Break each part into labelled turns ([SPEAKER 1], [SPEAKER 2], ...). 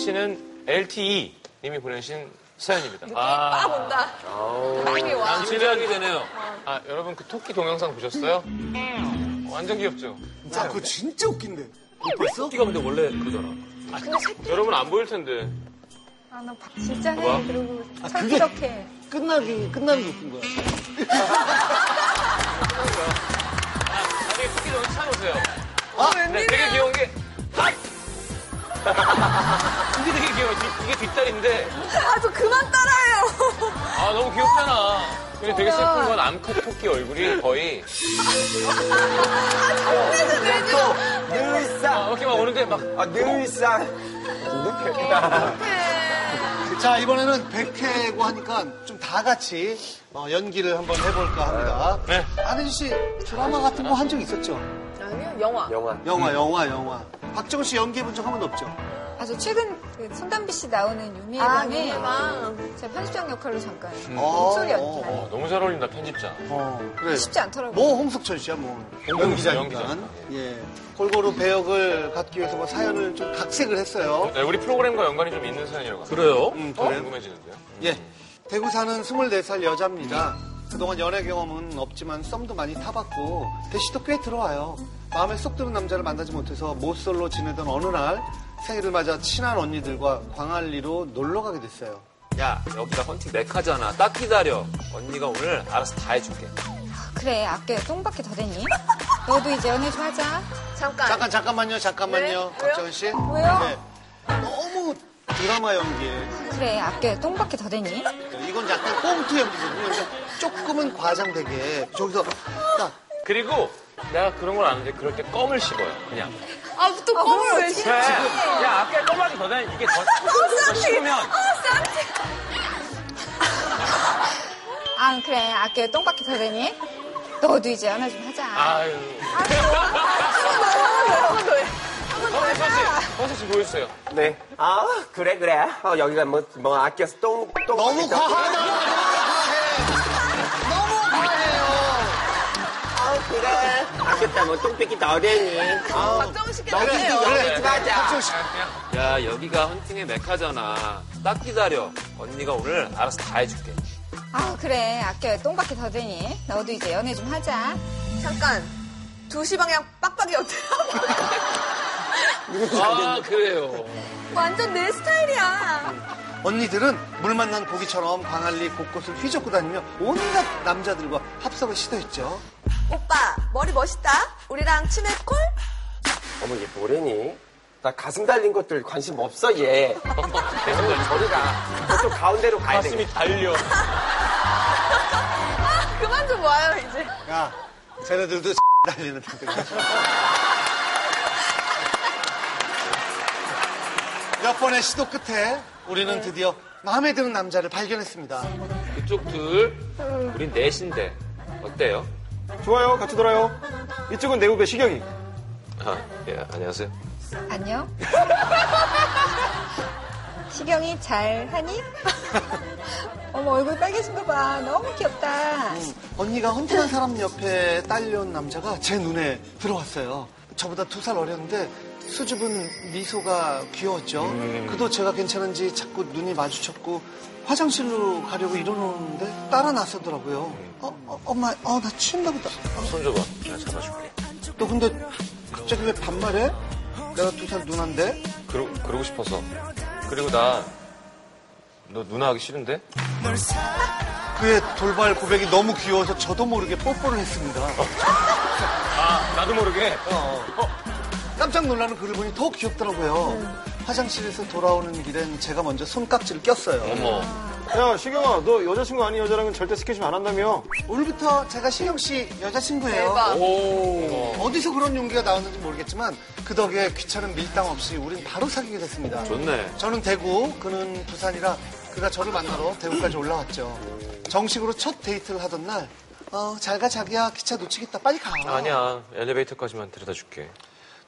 [SPEAKER 1] 남친은 LTE 님이 보내신 사연입니다.
[SPEAKER 2] 아, 본다. 느낌이 와.
[SPEAKER 1] 남친은 되네요. 아 여러분 그 토끼 동영상 보셨어요? 완전 귀엽죠.
[SPEAKER 3] 아, 그거 진짜 웃긴데. 못 봤어?
[SPEAKER 4] 토끼가 근데 원래 그러잖아.
[SPEAKER 2] 근데 새끼.
[SPEAKER 1] 여러분 안 보일 텐데.
[SPEAKER 5] 아, 나 박- 진짜 해.
[SPEAKER 1] 뭐야?
[SPEAKER 5] 그리고
[SPEAKER 3] 아, 그게-
[SPEAKER 5] 철썩해.
[SPEAKER 3] 끝나기, 끝나기 웃긴 거야.
[SPEAKER 1] 나중에 토끼 동영상 찾아보세요.
[SPEAKER 2] 아,
[SPEAKER 1] 근데
[SPEAKER 2] 웬일이야.
[SPEAKER 1] 되게 귀여운 게 핫! 이게 되게 귀여워. 뒤- 이게 뒷다리인데
[SPEAKER 2] 아, 좀 그만 따라해요.
[SPEAKER 1] 아 너무 귀엽잖아. 근데 되게 슬픈 건 암컷 토끼 얼굴이 거의
[SPEAKER 6] 늘상
[SPEAKER 1] 아, 이렇게 막 오는데 막
[SPEAKER 6] 아 늘상
[SPEAKER 3] 자, 이번에는 100회고 하니까 좀 다 같이 어, 연기를 한번 해볼까 합니다.
[SPEAKER 1] 네.
[SPEAKER 3] 아는 씨, 드라마 같은 거 한 적 있었죠?
[SPEAKER 2] 아니요, 영화.
[SPEAKER 6] 영화
[SPEAKER 3] 영화, 영화, 영화. 박정우 씨 연기해본 적 한 번 없죠?
[SPEAKER 5] 아, 저 최근 그 손담비 씨 나오는
[SPEAKER 2] 아,
[SPEAKER 5] 유미방에
[SPEAKER 2] 영화방.
[SPEAKER 5] 제가 편집장 역할로 잠깐.
[SPEAKER 3] 음. 목소리
[SPEAKER 5] 연기.
[SPEAKER 1] 음. 어, 너무 잘 어울린다 편집자.
[SPEAKER 3] 그래.
[SPEAKER 5] 쉽지 않더라고요.
[SPEAKER 3] 뭐 홍석천 씨야, 뭐. 연기자니까.
[SPEAKER 1] 연기자.
[SPEAKER 3] 예. 골고루 배역을 갖기 위해서 뭐 사연을 좀 각색을 했어요.
[SPEAKER 1] 네, 우리 프로그램과 연관이 좀 있는 사연이라고.
[SPEAKER 4] 그래요?
[SPEAKER 3] 음,
[SPEAKER 1] 어?
[SPEAKER 3] 그래요?
[SPEAKER 1] 궁금해지는데요.
[SPEAKER 3] 예. 대구 사는 24살 여자입니다. 그동안 연애 경험은 없지만 썸도 많이 타봤고 대시도 꽤 들어와요. 마음에 쏙 드는 남자를 만나지 못해서 모쏠로 지내던 어느 날 생일을 맞아 친한 언니들과 광안리로 놀러 가게 됐어요.
[SPEAKER 4] 야, 여기가 헌팅
[SPEAKER 1] 네
[SPEAKER 4] 메카잖아. 딱 기다려. 언니가 오늘 알아서 다 해줄게.
[SPEAKER 5] 그래, 아껴. 똥밖에 더 됐니? 너도 이제 연애 좀 하자.
[SPEAKER 2] 잠깐.
[SPEAKER 3] 잠깐 잠깐만요, 잠깐만요,
[SPEAKER 2] 아. 네?
[SPEAKER 3] 박정현 씨. 네.
[SPEAKER 5] 왜요?
[SPEAKER 3] 너무 드라마 연기에
[SPEAKER 5] 그래, 아껴. 똥밖에 더 됐니?
[SPEAKER 3] 이건 약간 꽁트 연기거든요. 그러니까 조금은 과장되게 저기서 딱
[SPEAKER 1] 그리고 내가 그런 걸 아는데 그럴 때 껌을 씹어요. 그냥.
[SPEAKER 2] 아, 또 껌을 왜 씹어?
[SPEAKER 4] 네.
[SPEAKER 1] 야, 아까 껌하기 전에 이게 더, 더 씹으면
[SPEAKER 5] 아, 그래, 아껴. 똥밖에 더 되니? 너도 이제 연애 좀 하자.
[SPEAKER 1] 아유.
[SPEAKER 2] 한번 더 해.
[SPEAKER 1] 허세 씨, 허세 씨뭐 보여주세요.
[SPEAKER 6] 네 아 그래 그래 어, 여기가 뭐 뭐 아껴서 똥 똥.
[SPEAKER 3] 너무 과하다. 너무 과해. 너무 과해요.
[SPEAKER 6] 아 그래 아꼈다 뭐 똥배기 더 되니 아
[SPEAKER 2] 박정우 씨께
[SPEAKER 6] 너무
[SPEAKER 2] 나가요.
[SPEAKER 6] 그래 맞아
[SPEAKER 4] 야, 여기가 헌팅의 메카잖아. 딱 기다려. 언니가 오늘 알아서 다 해줄게.
[SPEAKER 5] 아, 그래, 아껴. 똥밖에 더 되니? 너도 이제 연애 좀 하자.
[SPEAKER 2] 잠깐. 2시 방향 빡빡이 어때요?
[SPEAKER 4] 아, 그래요.
[SPEAKER 2] 완전 내 스타일이야.
[SPEAKER 3] 언니들은 물 만난 고기처럼 광안리 곳곳을 휘젓고 다니며 온갖 남자들과 합석을 시도했죠.
[SPEAKER 2] 오빠, 머리 멋있다. 우리랑 치맥 콜?
[SPEAKER 6] 어머 얘 뭐래니 나 가슴 달린 것들 관심 없어 얘 계속 저리가 또 가운데로 가야 돼
[SPEAKER 1] 가슴이 달려.
[SPEAKER 2] 그만 좀 와요, 이제.
[SPEAKER 3] 야, 쟤네들도 달리는 팬들몇 번의 시도 끝에 우리는 드디어 마음에 드는 남자를 발견했습니다.
[SPEAKER 4] 그쪽 둘, 우린 넷인데. 어때요?
[SPEAKER 6] 좋아요 같이 놀아요 이쪽은 내 후배 시경이
[SPEAKER 4] 아, 예, 안녕하세요.
[SPEAKER 5] 안녕. 시경이 잘 하니? 어머, 얼굴 빨개진 거 봐. 너무 귀엽다.
[SPEAKER 3] 언니가 헌팅한 사람 옆에 딸려온 남자가 제 눈에 들어왔어요. 저보다 두 살 어렸는데 수줍은 미소가 귀여웠죠. 그도 제가 괜찮은지 자꾸 눈이 마주쳤고 화장실로 가려고 일어나는데 따라 나서더라고요. 어, 어, 엄마, 어, 나 취했나 보다. 어,
[SPEAKER 4] 손 줘봐. 내가 잡아줄게.
[SPEAKER 3] 너 근데 갑자기 왜 반말해? 내가 두 살 누난데?
[SPEAKER 1] 그러, 그러고 싶어서. 그리고 나, 너 누나 하기 싫은데?
[SPEAKER 3] 그의 돌발 고백이 너무 귀여워서 저도 모르게 뽀뽀를 했습니다.
[SPEAKER 1] 아, 나도 모르게.
[SPEAKER 3] 깜짝 놀라는 그를 보니 더 귀엽더라고요.
[SPEAKER 2] 네.
[SPEAKER 3] 화장실에서 돌아오는 길엔 제가 먼저 손깍지를 꼈어요.
[SPEAKER 1] 어머.
[SPEAKER 7] 야, 시경아, 너 여자친구 아닌 여자랑은 절대 스킨십 안 한다며?
[SPEAKER 3] 오늘부터 제가 신영 씨 여자친구예요.
[SPEAKER 2] 대박.
[SPEAKER 1] 오.
[SPEAKER 3] 어디서 그런 용기가 나왔는지 모르겠지만 그 덕에 귀찮은 밀당 없이 우린 바로 사귀게 됐습니다.
[SPEAKER 4] 좋네.
[SPEAKER 3] 저는 대구, 그는 부산이라 그가 저를 만나러 대구까지 올라왔죠. 정식으로 첫 데이트를 하던 날, 어, 잘가 자기야 기차 놓치겠다 빨리 가.
[SPEAKER 1] 아니야. 엘리베이터까지만 데려다 줄게.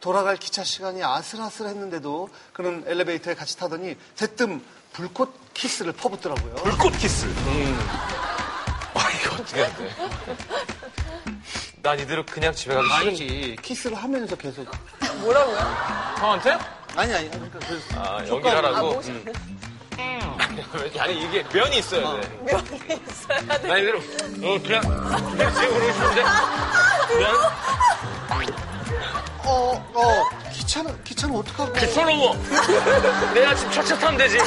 [SPEAKER 3] 돌아갈 기차 시간이 아슬아슬했는데도 그는 엘리베이터에 같이 타더니 대뜸 불꽃 키스를 퍼붓더라고요.
[SPEAKER 1] 불꽃 키스. 아, 이거 어떻게 해야 돼? 난 이대로 그냥 집에 가기 싫은데.
[SPEAKER 3] 아니지 키스를 하면서 계속
[SPEAKER 2] 뭐라고요?
[SPEAKER 1] 형한테?
[SPEAKER 3] 아니 아니 그러니까 그
[SPEAKER 4] 아,
[SPEAKER 1] 연기하라고?
[SPEAKER 4] 젓가락으로. 음. 아니, 이게 면이 있어야 돼.
[SPEAKER 2] 면이 있어야 돼.
[SPEAKER 4] 나 이대로, 어, 그냥, 그냥 지금 그러고 싶은데? 면?
[SPEAKER 3] 어, 어, 기차는, 기차는 어떡하고.
[SPEAKER 4] 솔로워! 내일 아침 차차 타면 되지.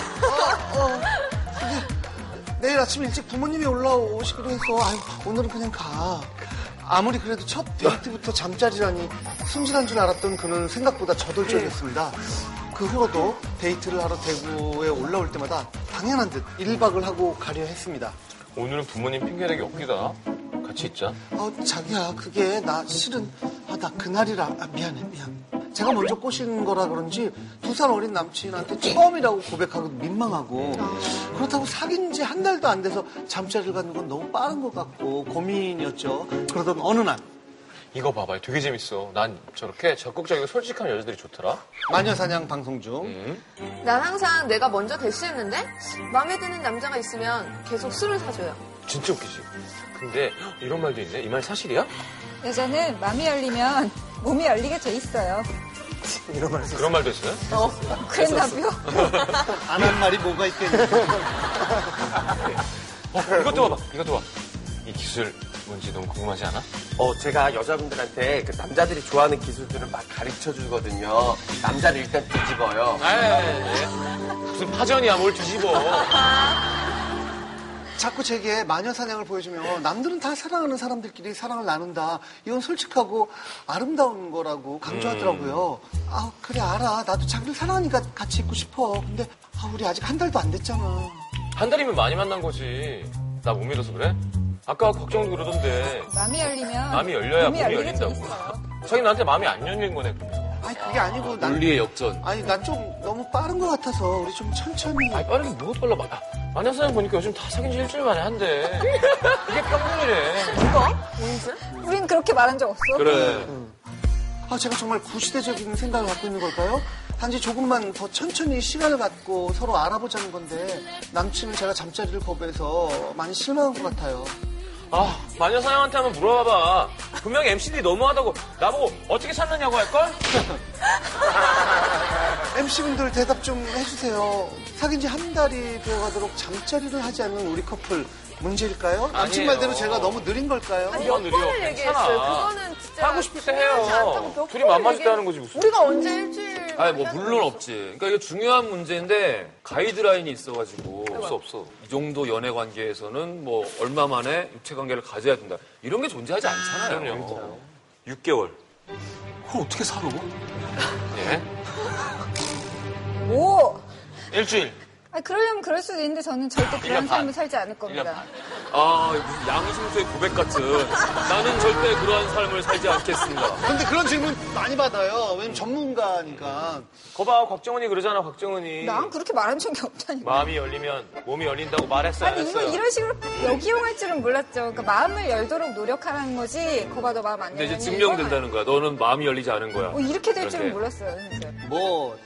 [SPEAKER 3] 내일 아침 일찍 부모님이 올라오시기로 해서, 아유, 오늘은 그냥 가. 아무리 그래도 첫 데이트부터 잠자리라니 순진한 줄 알았던 그는 생각보다 저돌적이었습니다. 그 후로도 데이트를 하러 대구에 올라올 때마다 당연한 듯 1박을 하고 가려 했습니다.
[SPEAKER 1] 오늘은 부모님 핑계대기 없기다. 같이 있자.
[SPEAKER 3] 어, 자기야, 그게 나 실은, 아, 나 그날이라, 아, 미안해, 미안. 제가 먼저 꼬신 거라 그런지 두 살 어린 남친한테 처음이라고 고백하고 민망하고 그렇다고 사귄 지 한 달도 안 돼서 잠자리를 갖는 건 너무 빠른 것 같고 고민이었죠. 그러던 어느 날
[SPEAKER 1] 이거 봐봐. 되게 재밌어. 난 저렇게 적극적이고 솔직한 여자들이 좋더라.
[SPEAKER 3] 마녀사냥 방송 중
[SPEAKER 2] 난 항상 내가 먼저 대시했는데 마음에 드는 남자가 있으면 계속 술을 사줘요.
[SPEAKER 1] 진짜 웃기지? 근데 이런 말도 있네. 이 말 사실이야?
[SPEAKER 5] 여자는 마음이 열리면 몸이 열리게 돼 있어요.
[SPEAKER 1] 그런 말도 있어요?
[SPEAKER 5] 그랬나 봐요.
[SPEAKER 3] 안 한 말이 뭐가 있겠니?
[SPEAKER 1] 어, 이것도 봐봐. 이것도 봐. 이 기술 뭔지 너무 궁금하지 않아?
[SPEAKER 6] 어, 제가 여자분들한테 그 남자들이 좋아하는 기술들을 막 가르쳐 주거든요. 남자를 일단 뒤집어요.
[SPEAKER 1] 에이, 예? 무슨 파전이야. 뭘 뒤집어.
[SPEAKER 3] 자꾸 제게 마녀사냥을 보여주면 남들은 다 사랑하는 사람들끼리 사랑을 나눈다. 이건 솔직하고 아름다운 거라고 강조하더라고요.
[SPEAKER 4] 음.
[SPEAKER 3] 아 그래 알아. 나도 자기를 사랑하니까 같이 있고 싶어. 근데 아, 우리 아직 한 달도 안 됐잖아.
[SPEAKER 1] 한 달이면 많이 만난 거지. 나 못 믿어서 그래? 아까 걱정도 그러던데.
[SPEAKER 5] 마음이 열리면
[SPEAKER 1] 마음이 열려야 몸이
[SPEAKER 5] 열리게 돼
[SPEAKER 1] 열린다고.
[SPEAKER 5] 있어요.
[SPEAKER 1] 자기 나한테 마음이 안 열린 거네. 그러면.
[SPEAKER 3] 아니 그게 아니고 난
[SPEAKER 4] 논리의 역전.
[SPEAKER 3] 아니 난 좀 너무 빠른 것 같아서 우리 좀 천천히.
[SPEAKER 1] 아니 빠르게 뭐가 빨라. 마- 아, 만약 사람 보니까 요즘 다 사귄 지 일주일 만에 한대. 이게 평균이래.
[SPEAKER 5] 우린 그렇게 말한 적 없어.
[SPEAKER 4] 그래.
[SPEAKER 3] 아, 제가 정말 구시대적인 생각을 갖고 있는 걸까요? 단지 조금만 더 천천히 시간을 갖고 서로 알아보자는 건데 남친은 제가 잠자리를 거부해서 많이 실망한 것 같아요.
[SPEAKER 4] 아, 마녀 사냥한테 한번 물어봐봐. 분명히 MCD 너무하다고 나보고 어떻게 찾느냐고 할걸?
[SPEAKER 3] MC분들 대답 좀 해주세요. 사귄 지 한 달이 되어가도록 잠자리를 하지 않는 우리 커플 문제일까요? 남친
[SPEAKER 4] 아니에요.
[SPEAKER 3] 말대로 제가 너무 느린 걸까요?
[SPEAKER 2] 몇
[SPEAKER 4] 그건
[SPEAKER 2] 번을
[SPEAKER 4] 느려.
[SPEAKER 2] 얘기했어요.
[SPEAKER 4] 괜찮아.
[SPEAKER 2] 그거는 진짜
[SPEAKER 4] 하고 싶을 때
[SPEAKER 2] 중요하지
[SPEAKER 4] 해요.
[SPEAKER 2] 않다고 몇
[SPEAKER 1] 둘이
[SPEAKER 2] 번을
[SPEAKER 1] 맘 맞을 때
[SPEAKER 2] 얘기해.
[SPEAKER 1] 하는 거지, 무슨.
[SPEAKER 2] 우리가 언제 일주일?
[SPEAKER 4] 아니, 뭐, 물론 없지. 그러니까 이게 중요한 문제인데, 가이드라인이 있어가지고.
[SPEAKER 2] 네,
[SPEAKER 1] 없어, 없어.
[SPEAKER 4] 이 정도 연애 관계에서는 뭐, 얼마 만에 육체 관계를 가져야 된다. 이런 게 존재하지 않잖아요. 그렇죠.
[SPEAKER 1] 그럼요.
[SPEAKER 4] 6개월.
[SPEAKER 7] 그걸 어떻게 살아?
[SPEAKER 1] 예?
[SPEAKER 5] 오!
[SPEAKER 1] 일주일.
[SPEAKER 5] 아, 그러려면 그럴 수도 있는데 저는 절대 그런 삶을 살지 않을 겁니다.
[SPEAKER 4] 아, 무슨 양심소의 고백 같은. 나는 절대 그러한 삶을 살지 않겠습니다.
[SPEAKER 3] 근데 그런 질문 많이 받아요. 왜냐면 전문가니까.
[SPEAKER 1] 거봐, 곽정은이 그러잖아, 곽정은이.
[SPEAKER 5] 난 그렇게 말한 적이 없다니까.
[SPEAKER 1] 마음이 열리면 몸이 열린다고 말했어요.
[SPEAKER 5] 아니, 뭐 이걸 이런 식으로 역이용할 줄은 몰랐죠. 그러니까 마음을 열도록 노력하라는 거지, 거봐, 너 마음 안
[SPEAKER 4] 근데 이제
[SPEAKER 5] 열리면
[SPEAKER 4] 증명된다는 거야. 너는 마음이 열리지 않은 거야.
[SPEAKER 5] 이거는- 어, 이렇게 될 줄은
[SPEAKER 4] 그렇게.
[SPEAKER 5] 몰랐어요, 진짜.
[SPEAKER 3] 뭐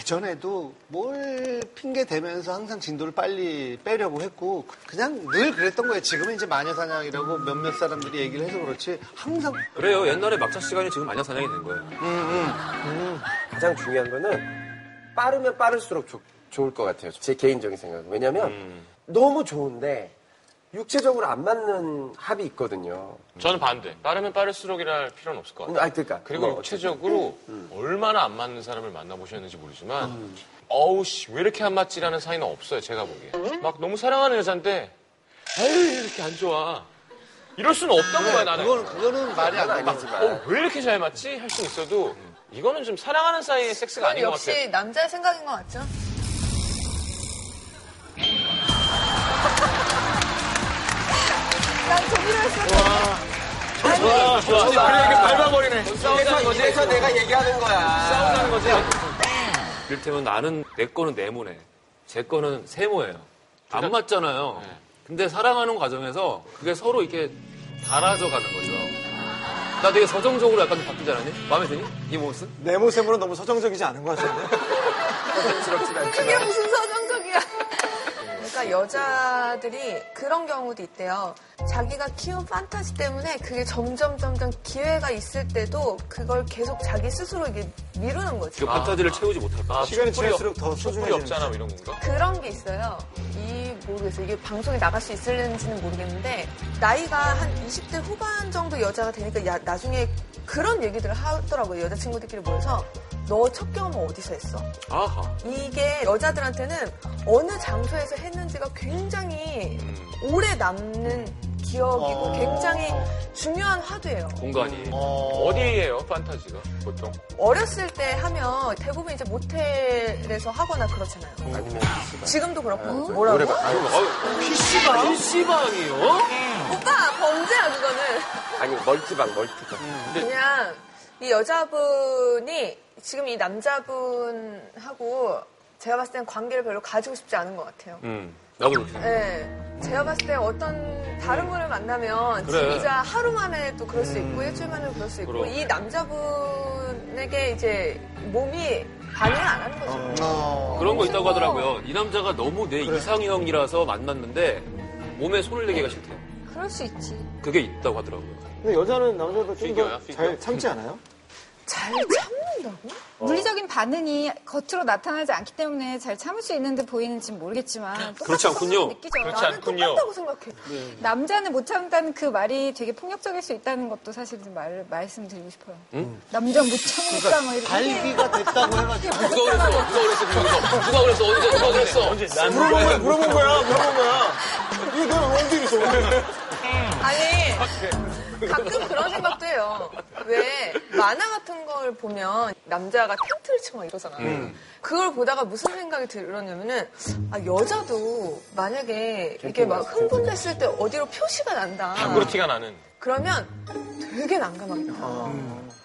[SPEAKER 3] 예전에도 뭘 핑계 대면서 항상 진도를 빨리 빼려고 했고 그냥 늘 그랬던 거예요. 지금은 이제 마녀사냥이라고 몇몇 사람들이 얘기를 해서 그렇지 항상
[SPEAKER 4] 그래요. 옛날에 막차 시간이 지금 마녀 사냥이 된 거예요.
[SPEAKER 6] 가장 중요한 거는 빠르면 빠를수록 좋- 좋을 것 같아요. 제 개인적인 생각은. 왜냐면 너무 좋은데 육체적으로 안 맞는 합이 있거든요.
[SPEAKER 1] 저는 반대. 빠르면 빠를수록이랄 필요는 없을 것 같아요.
[SPEAKER 6] 아, 그러니까.
[SPEAKER 1] 그리고
[SPEAKER 6] 뭐 어쨌든.
[SPEAKER 1] 육체적으로 얼마나 안 맞는 사람을 만나보셨는지 모르지만 어우 씨 왜 이렇게 안 맞지라는 사이는 없어요 제가 보기에 막 너무 사랑하는 여잔데 에이 이렇게 안 좋아 이럴 수는 없던 거야 나는
[SPEAKER 3] 그거는 그거는 말이 안 되지.
[SPEAKER 1] 어, 왜 이렇게 잘 맞지 할 수는 있어도 이거는 좀 사랑하는 사이의 섹스가 아닌 것 같아
[SPEAKER 2] 역시 남자의 생각인 것 같죠?
[SPEAKER 5] 난 동의를 했어.
[SPEAKER 1] 좋아 좋아 그래 이렇게 밟아버리네 싸우자는
[SPEAKER 6] 그래서,
[SPEAKER 1] 거지
[SPEAKER 6] 그래서 내가 얘기하는 거야.
[SPEAKER 1] 싸우자는 거지 네.
[SPEAKER 4] 이를테면 나는 내 거는 네모네. 제 거는 세모예요. 안 맞잖아요.
[SPEAKER 6] 네.
[SPEAKER 4] 근데 사랑하는 과정에서 그게 서로 이렇게 달아져 가는 거죠. 나 되게 서정적으로 약간 바뀌지 않았니? 마음에 드니? 이 모습?
[SPEAKER 7] 네모세모로 너무 서정적이지 않은 것 같은데?
[SPEAKER 2] 그게 무슨 서정적이야. 그러니까 여자들이 그런 경우도 있대요. 자기가 키운 판타지 때문에 그게 점점 점점 기회가 있을 때도 그걸 계속 자기 스스로 이게 미루는 거지.
[SPEAKER 4] 그
[SPEAKER 6] 아.
[SPEAKER 4] 판타지를 채우지 못할까?
[SPEAKER 7] 시간이
[SPEAKER 1] 촛불이
[SPEAKER 7] 지날수록 더
[SPEAKER 1] 촛불이
[SPEAKER 7] 소중해지는
[SPEAKER 1] 없잖아 뭐 이런 건가?
[SPEAKER 2] 그런 게 있어요. 이 모르겠어요. 이게 방송에 나갈 수 있을지는 모르겠는데 나이가 한 20대 후반 정도 여자가 되니까 야- 나중에 그런 얘기들을 하더라고요. 여자친구들끼리 모여서 너 첫 경험은 어디서 했어?
[SPEAKER 4] 아하.
[SPEAKER 2] 이게 여자들한테는 어느 장소에서 했는지가 굉장히 오래 남는
[SPEAKER 6] 어.
[SPEAKER 2] 기억이고 굉장히 중요한 화두예요.
[SPEAKER 4] 공간이.
[SPEAKER 1] 어디예요 판타지가 보통?
[SPEAKER 2] 어렸을 때 하면 대부분 이제 모텔에서 하거나 그렇잖아요.
[SPEAKER 6] 아니면
[SPEAKER 2] 지금도 그렇고 뭐라고?
[SPEAKER 6] 어, 노래방. 아니,
[SPEAKER 4] PC방? PC방이요?
[SPEAKER 2] 오빠 범죄야 그거는. 음.
[SPEAKER 6] 아니 멀티방 멀티방.
[SPEAKER 2] 그냥 이 여자분이 지금 이 남자분하고 제가 봤을 땐 관계를 별로 가지고 싶지 않은 것 같아요.
[SPEAKER 4] 음. 나도 그렇게 생각해.
[SPEAKER 2] 네. 제가 봤을 때 어떤 다른 분을 만나면
[SPEAKER 4] 그래. 음.
[SPEAKER 2] 진짜 하루 만에 또 그럴 수 있고 일주일 만에 그럴 수 있고
[SPEAKER 4] 그럼.
[SPEAKER 2] 이 남자분에게 이제 몸이 반응을 안
[SPEAKER 4] 어.
[SPEAKER 2] 하는 거죠.
[SPEAKER 3] 어,
[SPEAKER 4] 그런 거 있다고 하더라고요. 이 남자가 너무 내 이상형이라서 만났는데 몸에 손을 대기가 싫대요.
[SPEAKER 5] 그럴 수 있지.
[SPEAKER 4] 그게 있다고 하더라고요.
[SPEAKER 7] 근데 여자는 남자보다
[SPEAKER 1] 피규어야,
[SPEAKER 7] 좀더
[SPEAKER 1] 피규어.
[SPEAKER 7] 잘 참지 않아요?
[SPEAKER 2] 잘 참는다고?
[SPEAKER 4] 어.
[SPEAKER 5] 물리적인 반응이 겉으로 나타나지 않기 때문에 잘 참을 수 있는데 보이는지 는 모르겠지만
[SPEAKER 4] 그렇지 않군요.
[SPEAKER 5] 느끼죠.
[SPEAKER 1] 그렇지
[SPEAKER 2] 나는
[SPEAKER 1] 않군요.
[SPEAKER 2] 똑같다고 생각해.
[SPEAKER 5] 남자는 못 참다는 그 말이 되게 폭력적일 수 있다는 것도 사실 좀 말, 말씀드리고 싶어요. 남자 못 참겠다 뭐
[SPEAKER 4] 그러니까
[SPEAKER 5] 이렇게.
[SPEAKER 3] 알기가 됐다고 해가지고.
[SPEAKER 4] 누가 그랬어? 누가 그랬어? 그러면서. 누가 그랬어? 언제? 누가 그랬어? 언제?
[SPEAKER 7] 물어본 거야, 물어본 거야, 물어본 거야. 이게 너 어디 있어?
[SPEAKER 2] 아니 가끔 그런 생각도 해요. 왜 만화 같은 걸 보면 남자가 텐트를 치고 막 이러잖아.
[SPEAKER 4] 음.
[SPEAKER 2] 그걸 보다가 무슨 생각이 들었냐면은 아 여자도 만약에 이게 막 흥분됐을 때 어디로 표시가 난다.
[SPEAKER 1] 함부로
[SPEAKER 4] 그렇죠.
[SPEAKER 1] 티가 나는.
[SPEAKER 2] 그러면 되게 난감하겠다.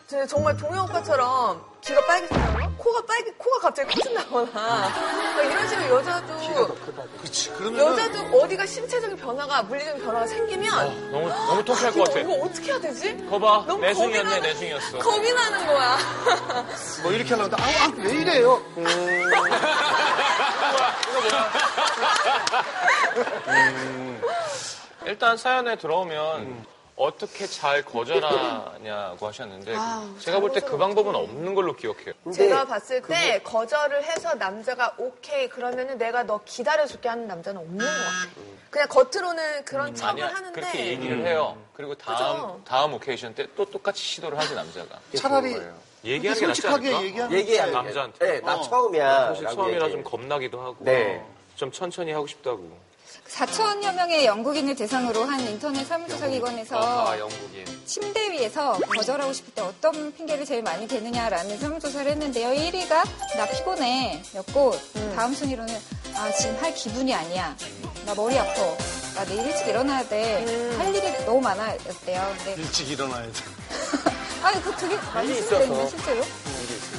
[SPEAKER 2] 제 정말 동영 오빠처럼 귀가 빨개지거나 코가 빨개 코가 갑자기 커진다거나 막 이런 식으로 여자도
[SPEAKER 3] 그렇지. 그러면
[SPEAKER 2] 여자도 어디가 신체적인 변화가 물리적인 변화가 생기면
[SPEAKER 1] 어, 너무 너무 통쾌할 것 같아.
[SPEAKER 2] 이거 어떻게 해야 되지?
[SPEAKER 1] 거봐
[SPEAKER 2] 너무
[SPEAKER 1] 내숭이었네
[SPEAKER 2] 겁이 나는-
[SPEAKER 1] 내숭이었어.
[SPEAKER 2] 겁이 나는 거야.
[SPEAKER 3] 뭐 이렇게 하려고 하는데, 아, 아, 왜 이래요?
[SPEAKER 1] 일단 사연에 들어오면 어떻게 잘 거절하냐고
[SPEAKER 2] 음.
[SPEAKER 1] 하셨는데 제가 볼 때 그 방법은 없는 걸로 기억해요.
[SPEAKER 2] 제가 봤을 때 거절을 해서 남자가 오케이 그러면은 내가 너 기다려줄게 하는 남자는 없는 것 같아. 그냥 겉으로는 그런 척을 하는데
[SPEAKER 1] 음. 그렇게 얘기를 해요. 그리고 다음
[SPEAKER 2] 그죠?
[SPEAKER 1] 다음 오케이션 때 또 똑같이 시도를 하지 남자가.
[SPEAKER 3] 차라리
[SPEAKER 1] 얘기하는 게 낫지 않을까?
[SPEAKER 3] 솔직하게 얘기하는
[SPEAKER 6] 얘기야.
[SPEAKER 1] 남자한테. 어.
[SPEAKER 6] 네, 나 처음이야.
[SPEAKER 1] 사실
[SPEAKER 6] 라고
[SPEAKER 1] 처음이라 좀
[SPEAKER 6] 얘기해.
[SPEAKER 1] 겁나기도 하고
[SPEAKER 6] 네.
[SPEAKER 1] 좀 천천히 하고 싶다고.
[SPEAKER 5] 4천여 명의 영국인을 대상으로 한 인터넷 사무조사 기관에서
[SPEAKER 4] 아, 영국인.
[SPEAKER 5] 침대 위에서 거절하고 싶을 때 어떤 핑계를 제일 많이 대느냐라는 설문조사를 했는데요. 1위가 나 피곤해 였고 다음 순위로는 아 지금 할 기분이 아니야. 나 머리 아파. 나 내일 일찍 일어나야 돼. 할 일이 너무 많아 였대요. 근데
[SPEAKER 3] 일찍 일어나야 돼.
[SPEAKER 5] 아니 그 되게 많이
[SPEAKER 6] 일이
[SPEAKER 5] 쓰는데
[SPEAKER 6] 있어서.
[SPEAKER 5] 실제로.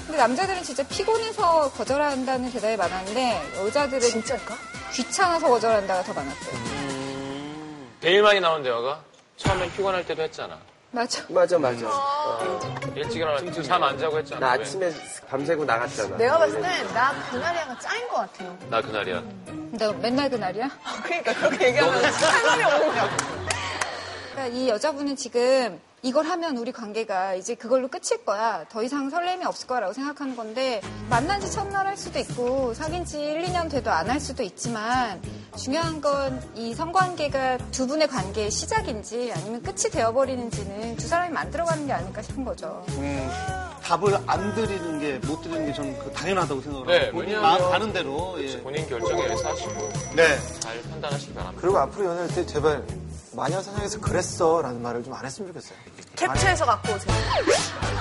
[SPEAKER 5] 근데 남자들은 진짜 피곤해서 거절한다는 대답이 많았는데 여자들은
[SPEAKER 2] 진짜일까?
[SPEAKER 5] 귀찮아서 거절한다가 더 많았대요.
[SPEAKER 1] 제일 많이 나오는 대화가 처음엔 피곤할 때도 했잖아.
[SPEAKER 5] 맞아.
[SPEAKER 6] 맞아 맞아.
[SPEAKER 1] 음.
[SPEAKER 6] 어,
[SPEAKER 1] 일찍 일어나서 잠안 자고 했잖아.
[SPEAKER 6] 나
[SPEAKER 1] 왜?
[SPEAKER 6] 아침에 밤새고 나갔잖아.
[SPEAKER 2] 내가 봤을 땐 나 그날이야가 짜인 것 같아요.
[SPEAKER 4] 나 그날이야.
[SPEAKER 5] 너 맨날 그날이야?
[SPEAKER 2] 그러니까 그렇게 얘기하면 상관이 없는 거야.
[SPEAKER 5] 그러니까 이 여자분은 지금 이걸 하면 우리 관계가 이제 그걸로 끝일 거야. 더 이상 설렘이 없을 거라고 생각하는 건데 만난 지 첫날 할 수도 있고 사귄 지 1, 2년 돼도 안 할 수도 있지만 중요한 건 이 성관계가 두 분의 관계의 시작인지 아니면 끝이 되어버리는지는 두 사람이 만들어가는 게 아닐까 싶은 거죠.
[SPEAKER 3] 음, 답을 안 드리는 게, 못 드리는 게 저는 그 당연하다고 생각을
[SPEAKER 1] 네,
[SPEAKER 3] 하고. 본인
[SPEAKER 1] 왜냐하면- 그렇죠.
[SPEAKER 3] 마음 가는 대로. 예.
[SPEAKER 1] 본인 결정에 의해서 하시고
[SPEAKER 3] 네.
[SPEAKER 1] 잘 판단하시기 바랍니다.
[SPEAKER 7] 그리고 앞으로 연애할 때 제발 마녀 사냥에서 그랬어 라는 말을 좀 안 했으면 좋겠어요.
[SPEAKER 2] 캡처해서 갖고 오세요.